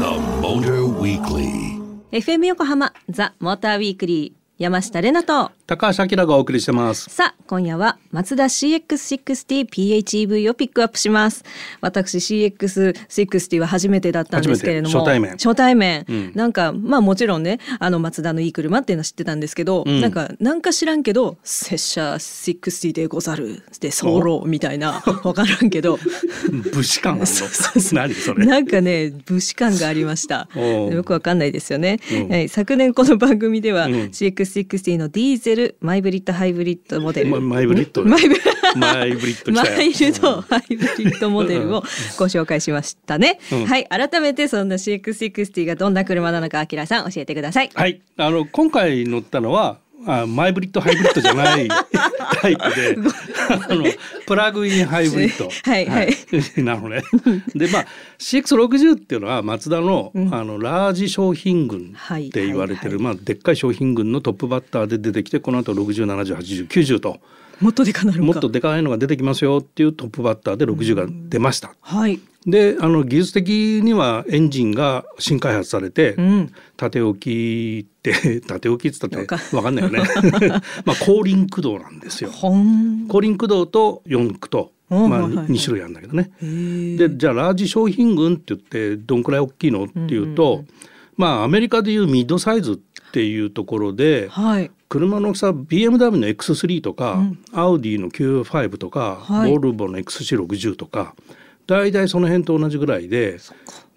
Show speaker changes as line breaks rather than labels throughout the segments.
The Motor Weekly.
FM 横浜ザ・モーターウィークリー山下れなと
高橋明がお送りし てます。
さあ今夜はマツダ CX60PHEV をピックアップします私 CX60 は初めてだったんですけれども
初めて
初対面、
うん
なんかまあもちろんねあのマツダのいい車っていうのは知ってたんですけど、
ん
なんかなんか知らんけど「拙者60でござる」で「候みたいなわからんけど
武士 感あるの。何それ。
なんかね武士感がありました
おう
よくわかんないですよね、
うん
はい昨年この番組では、
うん
CX60 のディーゼルマイブリッドハイブリッドモデル、
まマイブリッ ド
マイブ
マイブリッド来
マ
たよ
イルドハイブリッドモデルをご紹介しましたね、
うん
はい改めてそんな CX60 がどんな車なのかあきらさん教えてください
はい。あの今回乗ったのは。あマイブリッドハイブリッドじゃ ないタイプであのプラグインハイブリッド
はいはい
なのねでまあ CX60 っていうのはマツダの,、あのラージ商品群
はい
って言われてる、
はい
まあ、でっかい商品群のトップバッターで出てきてこの後60708090と
もっとでかなるの
も
か
っとでかいのが出てきますよっていうトップバッターで60が出ました。
はい
であの技術的にはエンジンが新開発されて、
うん
縦置きって 縦置きっつったっ
わかん
てわかんないよ ね まあ後輪駆動なんですよ
ほん
後輪駆動と四駆と、
おー
まあ、
はいはいはい
2種類あるんだけどね、
へー
でじゃあラージ商品群って言ってどんくらい大きいのっていうと、まあアメリカでいうミッドサイズっていうところで、
はい
車の大きさ BMW の X3 とか、アウディの Q5 とか、
はい
ボルボの XC60 とか大体その辺と同じぐらいで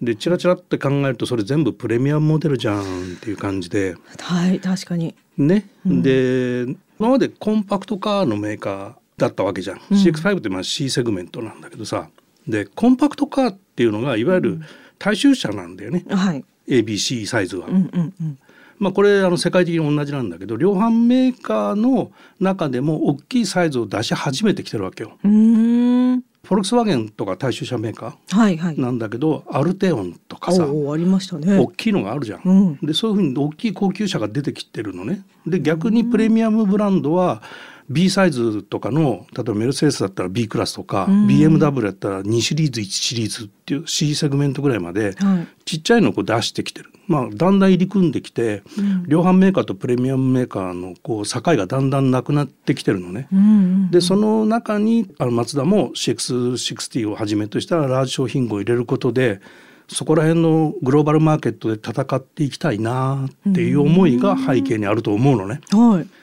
でチラチラって考えるとそれ全部プレミアムモデルじゃんっていう感じで
はい確かに
ね、で今までコンパクトカーのメーカーだったわけじゃん、CX5 ってまあ C セグメントなんだけどさでコンパクトカーっていうのがいわゆる大衆車なんだよね、
はい
ABC サイズは。
うんうんうん
まあ、これあの世界的に同じなんだけど量販メーカーの中でも大きいサイズを出し始めてきてるわけよ。
うーん
フォルクスワーゲンとか大衆車メーカ
はいはい
ーなんだけどアルテオンとかさ
おうおうありましたね
大きいのがあるじゃ。
うんん
でそういうふうに大きい高級車が出てきてるのね。で逆にプレミアムブランドは B サイズとかの例えばメルセデスだったら B クラスとか
うん
BMW だったら2シリーズ1シリーズっていう C セグメントぐらいまで
はい
ちっちゃいのをこう出してきてる、まあ、だんだん入り組んできて、量販メーカーとプレミアムメーカーのこう境がだんだんなくなってきてるのね。
うんうん
でその中にあのマツダも CX60 をはじめとしたラージ商品群を入れることでそこら辺のグローバルマーケットで戦っていきたいなっていう思いが背景にあると思うのね。
はい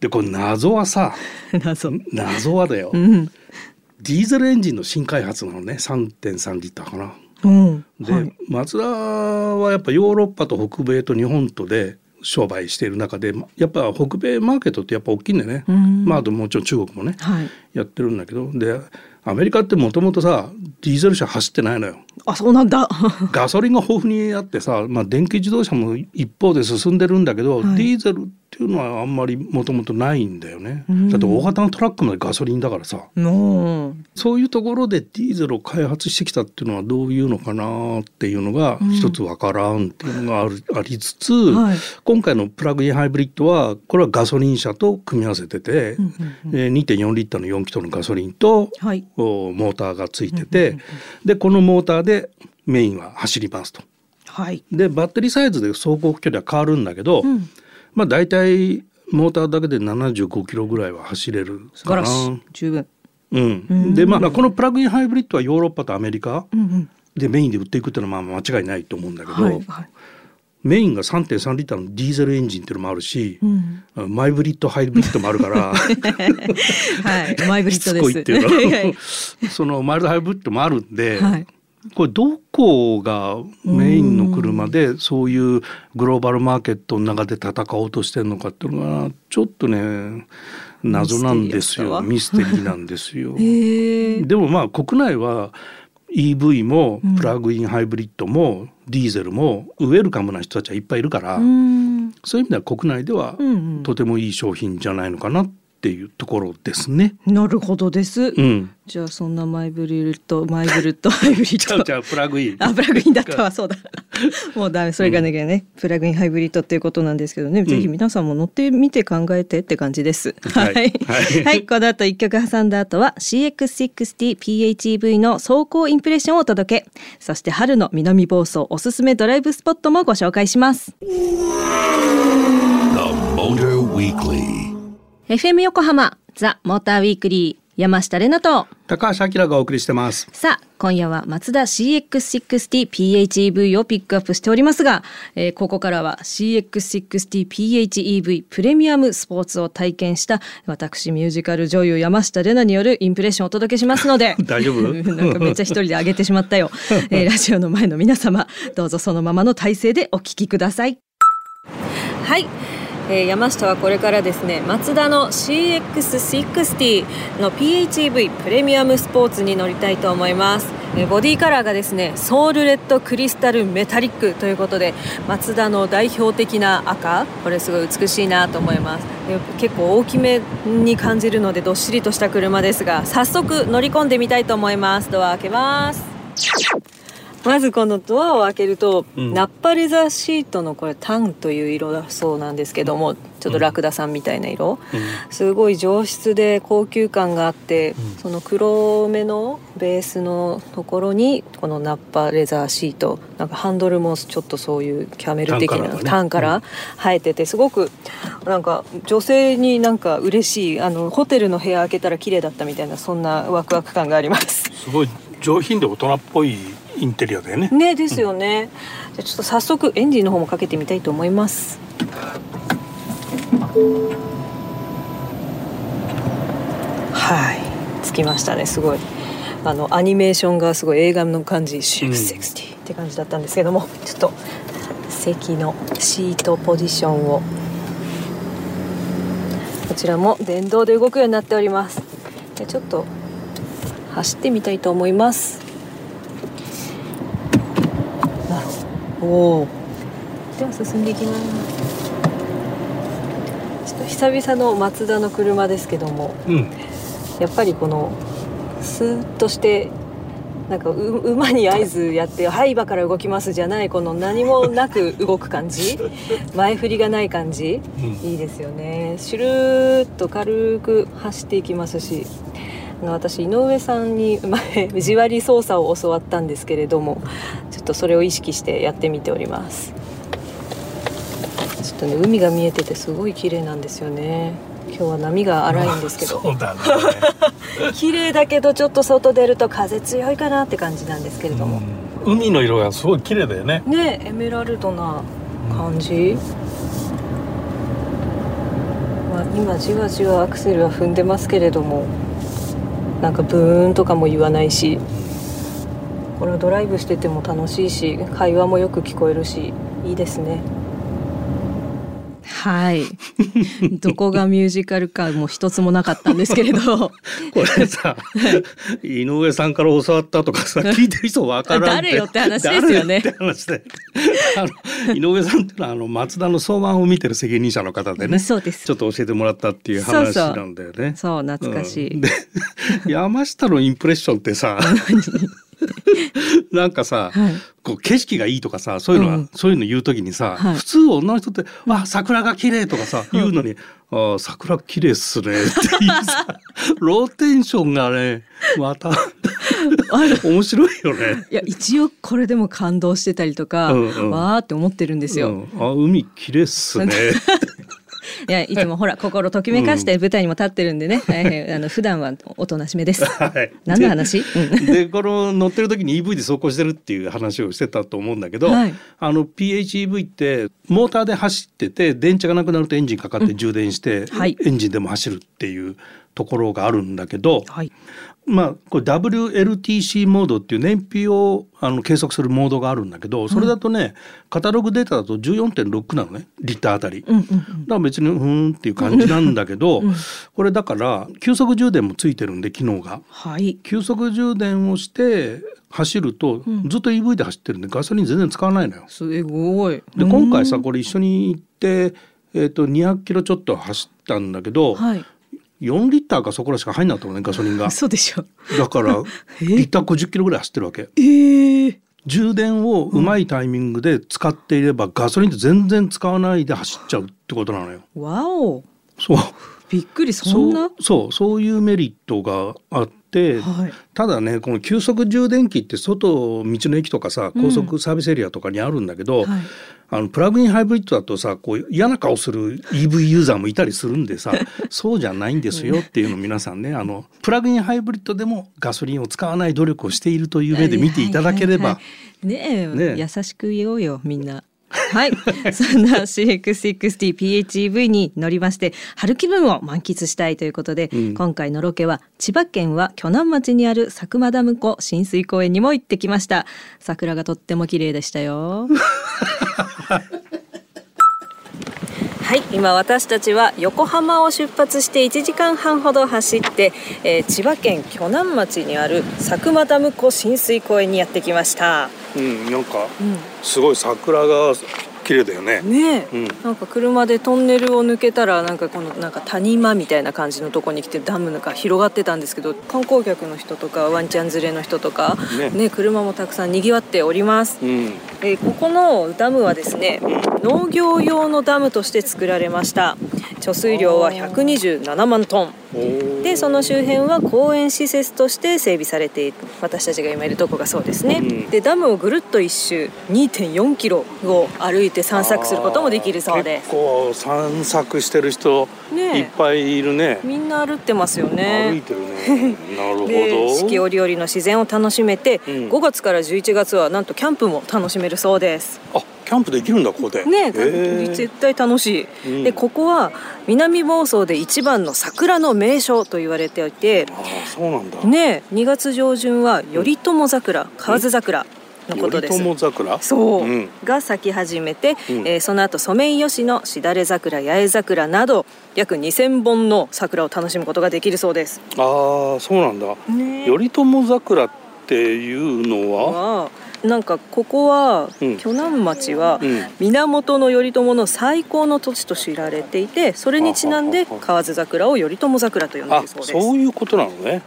でこの謎はさ
謎
謎はだよ、
うん
ディーゼルエンジンの新開発なのね3.3リッターかな。
うん
で、マツダはやっぱヨーロッパと北米と日本とで商売している中でやっぱ北米マーケットってやっぱ大きいんだよね、
うん
まああともちろん中国もね
はい
やってるんだけどでアメリカってもともとさディーゼル車走ってないのよ
あそうなんだ
ガソリンが豊富にあってさ、まあ、電気自動車も一方で進んでるんだけど、
はい
ディーゼルっていうのはあんまりもともとないんだよね、
うん
だって大型のトラックまでガソリンだからさ
もう
そういうところでディーゼルを開発してきたっていうのはどういうのかなっていうのが一つわからんっていうのがある、ありつつ、
はい
今回のプラグインハイブリッドはこれはガソリン車と組み合わせてて、えー2.4リッターの4気筒のガソリンと、
はい
おモーターがついてて、でこのモーターでメインは走りますと。
はい
でバッテリーサイズで走行距離は変わるんだけど、
うん
まあ大体モーターだけで75キロぐらいは走れる
素晴
かな。
らしい十分
うん、でまあこのプラグインハイブリッドはヨーロッパとアメリカ
うんうん
でメインで売っていくっていうのはまあ間違いないと思うんだけど、
はいはい
メインが3.3リッターのディーゼルエンジンっていうのもあるし
う、ん
マイブリッドハイブリッドもあるから
はいマイブリ
し
ッドで
つこ
す
いって いう
はい
かそのマイルドハイブリッドもあるんで、
はい
これどこがメインの車でそういうグローバルマーケットの中で戦おうとしてるのかっていうのがちょっとね謎なんですよミ
ミ
ステリーなんです よ。
へえ
でもまあ国内は EV もプラグインハイブリッドもディーゼルもウェルカムな人たちはいっぱいいるから、
うん
そういう意味では国内では
うんうん
とてもいい商品じゃないのかなっっていうところですね。
なるほどです。
うん。
じゃあそんなマイブリッドマイブリッドハイブリ
ちゃう
ッ
ち
ド。
ゃうプラグイン。
あプラグインだったわそうだ もうダメそれがなきゃね、プラグインハイブリッドっていうことなんですけどね、ぜひ皆さんも乗ってみて考えてって感じですは
はいい
はい、
はい
この後一曲挟んだ後は CX60PHEV の走行インプレッションをお届けそして春の南房総おすすめドライブスポットもご紹介します
The Motor Weekly.
FM 横浜ザ・モーターウィークリー山下れなと
高橋明がお送りしてます。
さあ今夜はマツダ CX60PHEV をピックアップしておりますが、えーここからは CX60PHEV プレミアムスポーツを体験した私ミュージカル女優山下玲奈によるインプレッションをお届けしますので
大丈夫
なんかめっちゃ一人で上げてしまったよ、えーラジオの前の皆様どうぞそのままの体勢でお聞きくださいはい、えー山下はこれからですねマツダの CX60 の PHEV プレミアムスポーツに乗りたいと思います、えーボディカラーがですねソウルレッドクリスタルメタリックということでマツダの代表的な赤これすごい美しいなと思いますで結構大きめに感じるのでどっしりとした車ですが早速乗り込んでみたいと思いますドア開けますまずこのドアを開けると、
うん
ナッパレザーシートのこれタンという色だそうなんですけどもちょっとラクダさんみたいな色、すごい上質で高級感があって、
うん
その黒めのベースのところにこのナッパレザーシートなんかハンドルもちょっとそういうキャメル的
タンカラー
な
がね
タンから生えててすごくなんか女性になんか嬉しいあのホテルの部屋開けたら綺麗だったみたいなそんなワクワク感があります。
すごい上品で大人っぽいインテリアだよね。
ねですよね、じゃあちょっと早速エンジンの方もかけてみたいと思いますはいつきましたねすごいあのアニメーションがすごい映画の感じ「シェフ60」って感じだったんですけどもちょっと席のシートポジションをこちらも電動で動くようになっておりますでちょっと走ってみたいと思いますなるほどおおでは進んでいきますちょっと久々のマツダの車ですけども
うん。
やっぱりこのスーッとしてなんかう馬に合図やって「はい今から動きます」じゃないこの何もなく動く感 じ前振りがない感じ
うん
いいですよねシュルーッと軽く走っていきますしあの私井上さんに前地割り操作を教わったんですけれどもちょっとそれを意識してやってみておりますちょっとね海が見えててすごい綺麗なんですよね今日は波が荒いんですけど
そうだね。
綺麗だけどちょっと外出ると風強いかなって感じなんですけれども、
海の色がすごい綺麗だよね
ねえエメラルドな感じ、まあ、今じわじわアクセルは踏んでますけれどもなんかブーンとかも言わないしこれはドライブしてても楽しいし会話もよく聞こえるしいいですねはいどこがミュージカルかも一つもなかったんですけれど
これさ、井上さんから教わったとかさ、聞いてる人わからんって。
誰よって話ですよね
誰って話で。あの井上さんってのはあの松田の相馬を見てる責任者の方でね。
そうです
ちょっと教えてもらったっていう話なんだよね。
そう懐かしい、
うんで 山下のインプレッションっ てさなんかさ、
はい
こう景色がいいとかさそういうのは、
うん
そういうの言う時にさ、
はい
普通女の人って「わ桜が綺麗とかさ言うのに「あー桜綺麗っすね」っていう さローテンションがねまた面白いよね。
いや一応これでも感動してたりとか、
うんうん
わーって思ってるんですよ、
うんあ海綺麗 っすね。
いやいつもほら心ときめか して舞台にも立ってるんでね、大変あの普段はおとなしめです
はい
何の話うん
でこの乗ってる時に EV で走行してるっていう話をしてたと思うんだけど、
はい
あの PHEV ってモーターで走ってて電池がなくなるとエンジンかかって充電して、
はい
エンジンでも走るっていうところがあるんだけど、
はい
まあ、これ WLTC モードっていう燃費をあの計測するモードがあるんだけどそれだとね、カタログデータだと14.6なのねリッターあたり。
うんうん
だから別にふーんっていう感じなんだけど、
うん
これだから急速充電もついてるんで機能が。
はい
急速充電をして走ると、
うん
ずっと EV で走ってるんでガソリン全然使わないのよ。
すごい
で今回さ
うん
これ一緒に行って、えー、と200キロちょっと走ったんだけど、
はい
4リッターかそこらしか入んなかったもんねガソ リンが
そうでしょ
だから
え
リッター50キロぐらい走ってるわけ
ええ
充電をうまいタイミングで使っていれば、ガソリンって全然使わないで走っちゃうってことなのよ
わお
そう
びっくりそんな
そうそうそういうメリットがあって、
はい
ただねこの急速充電器って外道の駅とかさ高速サービスエリアとかにあるんだけど、
はい
あのプラグインハイブリッドだとさこう嫌な顔する EV ユーザーもいたりするん でさそうじゃないんですよっていうのを皆さんねあのプラグインハイブリッドでもガソリンを使わない努力をしているという目で見ていただければ、
はいはいはいはいねえ
ねえ
優しく言おうよみんな。はい そんな CX60PHEV に乗りまして春気分を満喫したいということで、
ん
今回のロケは千葉県は鋸南町にある佐久間ダム湖親水公園にも行ってきました桜がとっても綺麗でしたよはい今私たちは横浜を出発して1時間半ほど走って、えー千葉県鋸南町にある佐久間ダム湖親水公園にやってきました、
うん、なんかすごい桜が綺麗だよね。
ねえ、
うん
なんか車でトンネルを抜けたらなんかこのなんか谷間みたいな感じのとこに来てダムが広がってたんですけど観光客の人とかワンちゃん連れの人とか、ね
ね
車もたくさんにぎわっております、
うん、
えーここのダムはですね農業用のダムとして作られました貯水量は127万トンでその周辺は公園施設として整備されている私たちが今いるとこがそうですね、
うん
でダムをぐるっと一周2.4キロを歩いて散策することもできるそうです
結構散策してる人
ねえ
いっぱいいるね。
みんな歩ってますよ
歩い
ね
てるね。なるほど。
で四季折々の自然を楽しめて、
うん
5月から11月はなんとキャンプも楽しめるそうです
あ、キャンプできるんだここで。
ねえ、
へえ
絶対楽しい、
うん
でここは南房総で一番の桜の名所と言われていて
あー、そうなんだ。
ねえ2月上旬は頼朝桜河津桜のことです
頼朝桜。
そう、
うん
が咲き始めて、
うん
えーその後ソメイヨシノしだれ桜八重桜など約2,000本の桜を楽しむことができるそうです。
ああ、そうなんだ。
ね
頼朝桜っていうのは、
はなんかここは
うん
鋸南町は、
うん
源頼朝の最高の土地と知られていてそれにちなんで
はははは
河津桜を頼朝桜と呼んでい
あ
る、そうです。
そういうことなのね。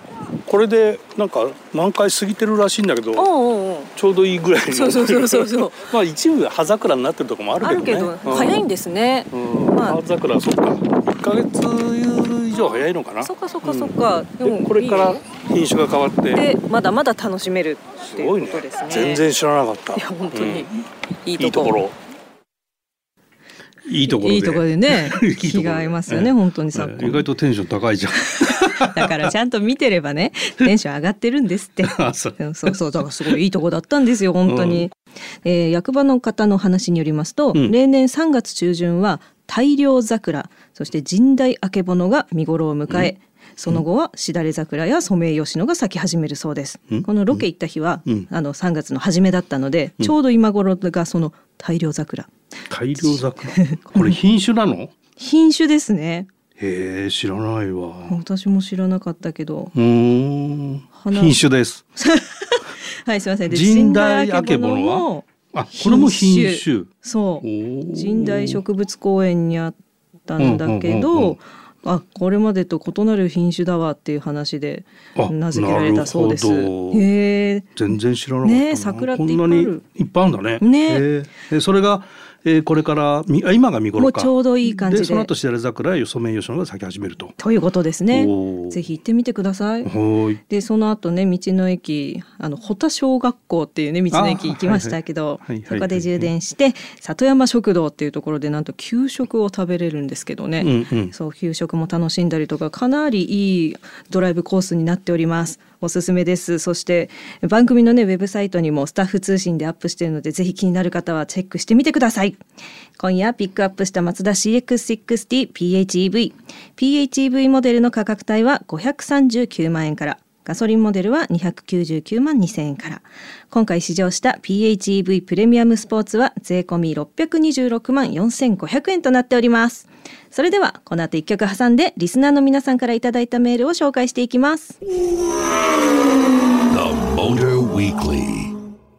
これでなんか満開過ぎてるらしいんだけど、
おうおうおう
ちょうどいいぐらいの。
そうそうそうそうそう。
まあ一部葉桜になってるとこもある
あ
けど
る
ね。
けど、早いんですね。
うん。
まあ
葉桜そっか。一ヶ月以上早いのかな。
そっかそっかそっか。で
でこれから品種が変わって
でまだまだ楽しめるっ
す
ていう
ごい
こ
ね
とですね。
全然知らなかった
いや本当に、
うん
いい
いい
と
と
こ
こ
ろ。
ろいいところで
いいところでね
いいところで
気が合いますよね本当にさ、
意外とテンション高 いじゃん
だからちゃんと見てれば ねテンション上がってるんですって。
あそう
うんそうそうだからすごいいいとこだったんですよ本当に、えー役場の方の話によりますと、
うん
例年3月中旬は大量桜そして神代あけぼのが見頃を迎え、その後はしだれ桜やソメイヨシノが咲き始めるそうです、
うん
このロケ行った日は、
うん
あの3月の初めだったので、ちょうど今頃がその大量桜
大量桜これ品種なの
品種ですね
へえ知らないわ
私も知らなかったけど
うーん
花
品種です
はいすいませんで
神代あけぼの
神代
は
も
あこれも品種
そう
おー
神代植物公園にあったんだけど、
うんうんうんうん
あこれまでと異なる品種だわっていう話で
あ
名付けられたそうです。
なるほど
へえ
全然知らなかったな
ねえ桜ってい
こ
っぱいあ
ん
る
なにいっぱいあるんだね
ねえ
ええそれが、えーこれからみあ今が見
も
頃
う
か
ちょうどいい感じで
でその後しだれ桜やソメイヨシノが咲き始めると
ということですね
お。ー
ぜひ行ってみてください。
はーい
でその後ね道の駅あの穂田小学校っていうね道の駅行きましたけど、
あはいはいはいはい
そこで充電して里山食堂っていうところでなんと給食を食べれるんですけどね、
うんうん
そう給食も楽しんだりとかかなりいいドライブコースになっておりますおすすめですそして番組のねウェブサイトにもスタッフ通信でアップしているのでぜひ気になる方はチェックしてみてください今夜ピックアップしたマツダ CX60PHEV PHEV モデルの価格帯は539万円からガソリンモデルは299万2000円から。今回試乗した PHEV プレミアムスポーツは税込み626万4500円となっております。それでは、この後一曲挟んで、リスナーの皆さんからいただいたメールを紹介していきます。
The Motor Weekly.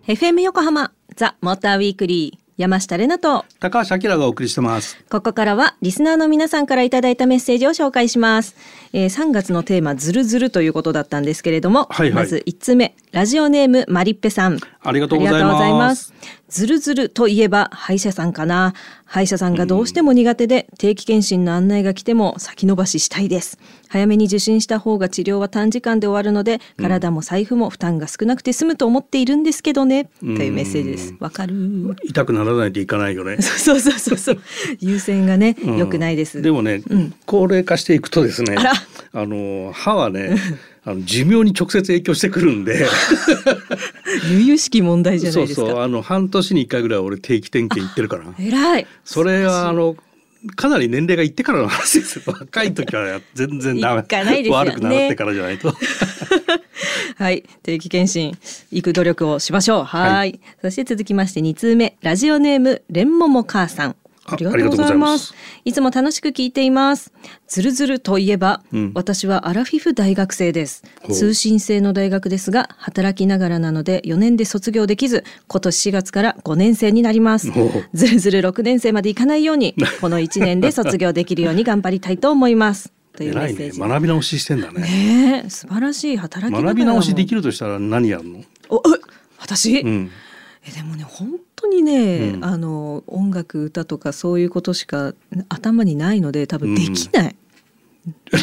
FM 横浜、ザ・モーターウィークリー。山下れなと
高橋明がお送りしてます。
ここからはリスナーの皆さんからいただいたメッセージを紹介します。えー、3月のテーマズルズルということだったんですけれども、
はいはい
まず1つ目ラジオネームマリッペさん。
ありがとうございま
あ
す
りがとうございます。ズルズルといえば歯医者さんかな。歯医者さんがどうしても苦手で、定期検診の案内が来ても先延ばししたいです。早めに受診した方が治療は短時間で終わるので、体も財布も負担が少なくて済むと思っているんですけどね。というメッセージです。わかる。
痛くならないといかない よね。
そうそうそう そう。優先がね、良、くないです。
でもね、高齢化していくとですね、
あら
あの歯 はね、あの寿命に直接影響してくるんで、
悠々しき問題 じゃな
そ
いうですか。
そう、あの半年に一回ぐらいは俺定期点検行っ てるから。
偉い。
それはあのかなり年齢がいってからの 話ですよ。若い時は全然ダメ。
行かないですよね
悪くなってからじゃないと。
はい、定期検診行く努力をしましょう。はい,、
は
そして続きまして2通目、ラジオネームレンモモ母さん。
あ
ありがとうございます
ありがとうございます。
いつも楽しく聞いています。ズルズルといえば、
ん
私はアラフィフ大学生です。
ほう
通信制の大学ですが、働きながらなので4年で卒業できず、今年4月から5年生になります
ほう。
ズルズル6年生までいかないように、この1年で卒業できるように頑張りたいと思います。 というメ
偉
ッ
い
セー
ね。
ジ。
学び直ししてんだね。
ねえ素晴らしい働きながら
学び直しで
る
きるとしたら何やるの？
おえ私、
うん。
えでもね本当にね、
うん
あの音楽歌とかそういうことしか頭にないので多分できない、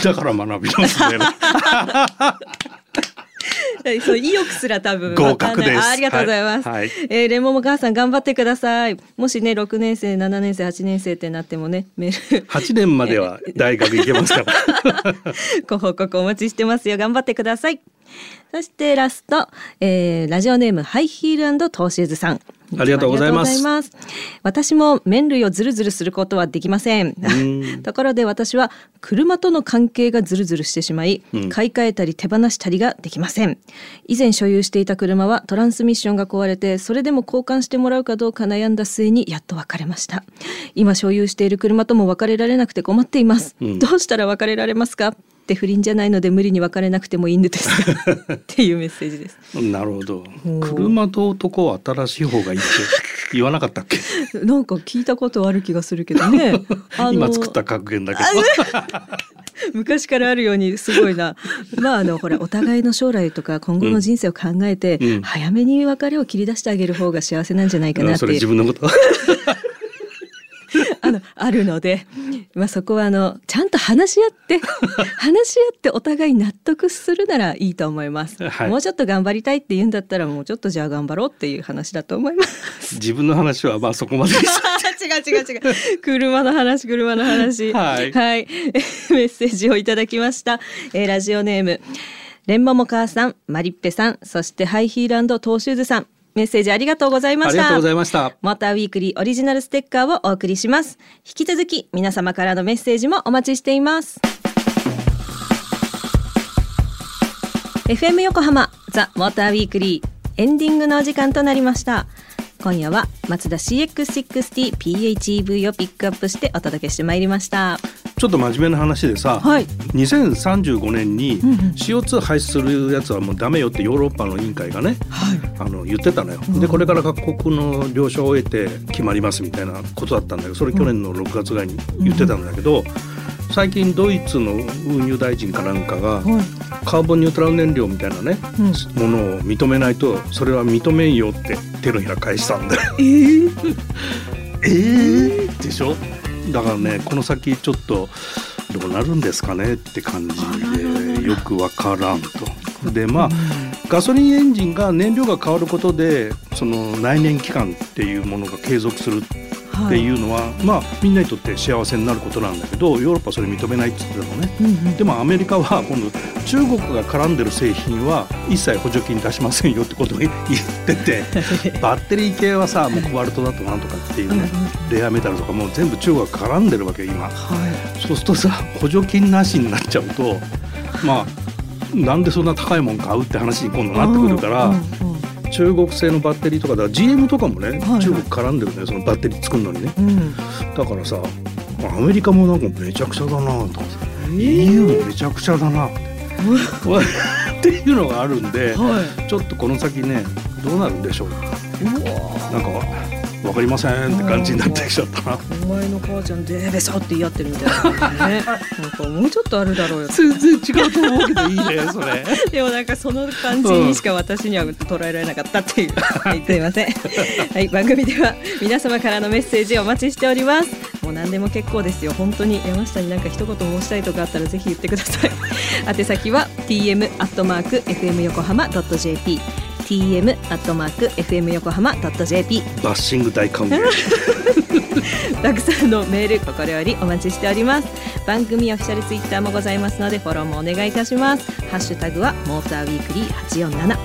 だから学び直しだ よね。
はい そう意欲すら多分
合格です
わかんないあありがとうございます。
はいはい
えーレモモ母さん頑張ってください。もしね6年生7年生8年生ってなってもねメール
8年までは大学行けますから。
ご報告お待ちしてますよ頑張ってください。そしてラスト、えーラジオネームハイヒールトーシューズさん。
ありがとうございます
つもありがとうございます私も麺類をズルズルすることはできません。 ところで私は車との関係がズルズルしてしまい、買い替えたり手放したりができません。以前所有していた車はトランスミッションが壊れて、それでも交換してもらうかどうか悩んだ末にやっと別れました。今所有している車とも別れられなくて困っています。どうしたら別れられますか？って不倫じゃないので無理に別れなくてもいいん ですがっていうメッセージです。
なるほど。車と男は新しい方がいいって言わなかったっけ？
なんか聞いたことある気がするけどね。 あの
今作った格言だけ
昔からあるようにすごいな。まああのほらお互いの将来とか今後の人生を考えて、
うん
早めに別れを切り出してあげる方が幸せなんじゃないか
ど。
なって
それ自分のこと。
あのあるので、まあそこはあのちゃんと話し合って 話し合ってお互い納得するならいいと思います。
はい
もうちょっと頑張りたいって言うんだったらもうちょっとじゃあ頑張ろうっていう話だと思います。
自分の話はまあそこまでです。
違う違う違う。車の話、車の話。
はい
え メッセージをいただきました。えーラジオネーム、レンマモ母さん、マリッペさん、そしてハイヒールトーシューズさん。メッセージありがとうございま
あ
し
り
た。
がとうございました。
モーターウィークリーオリジナルステッカーをお送りします。引き続き皆様からのメッセージもお待ちしています。FM 横浜ザ・モーターウィークリーエンディングのお時間となりました。今夜は松田 CX60 PHEV をピックアップしてお届けしてまいりました。
ちょっと真面目な話でさ、
はい
2035年に CO2 排出するやつはもうダメよってヨーロッパの委員会がね、あの言ってたのよ。でこれから各国の了承を得て決まりますみたいなことだったんだけどそれ去年の6月ぐらいに言ってたんだけど、最近ドイツの運輸大臣かなんかが、カーボンニュートラル燃料みたいなね、ものを認めないとそれは認めんよって手のひら返したんだよ。え えでしょだからねこの先ちょっとどうなるんですかねって感じでよくわからんと。でまあガソリンエンジンが燃料が変わることでその内燃期間っていうものが継続するっ
は
ていうのは、まあみんなにとって幸せになることなんだけどヨーロッパはそれ認めないって言ってたのね。でもアメリカは今度中国が絡んでる製品は一切補助金出しませんよってことを言っててバッテリー系はさもうコバルトだとなんとかっていうねレアメタルとかもう全部中国が絡んでるわけよ今そうするとさ補助金なしになっちゃうとまあなんでそんな高いもん買うって話に今度なってくるから、中国製のバッテリーとかだから GM とかもね、中国絡んでるんだよそのバッテリー作るのにね、だからさアメリカもなんかめちゃくちゃだなとかさ EU もめちゃくちゃだなってっていうのがあるんで、ちょっとこの先ねどうなるんでしょうかなんか分かりませんって感じになってきちゃったな。
お前の母ちゃんデーベソって言い合ってるみたいなねなんかもうちょっとあるだ ろうよ
全然違うと思うけどいいねそれ。
でもなんかその感じにしか私には捉えられなかったっていう、はい、すいませ ん、はい、番組では皆様からのメッセージお待ちしております もう何でも結構ですよ本当に山下になんか一言申したいとかあったらぜひ言ってくだ さい宛先は tm アットマーク fm 横浜 .jp tm アットマーク fm 横浜 .jp
バッシング大歓迎。
たくさんのメール心よりお待ちしております番組オフィシャルツイッターもございますのでフォローもお願いいたしますハッシュタグはモーターウィークリー847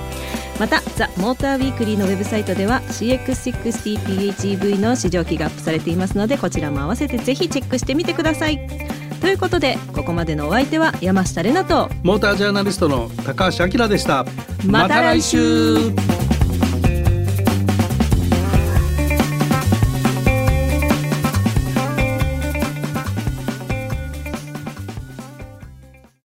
またザ・モーターウィークリーのウェブサイトでは CX60PHEV の試乗機がアップされていますのでこちらも合わせてぜひチェックしてみてくださいということでここまでのお相手は山下れなと
モータージャーナリストの高橋明でした。
また来週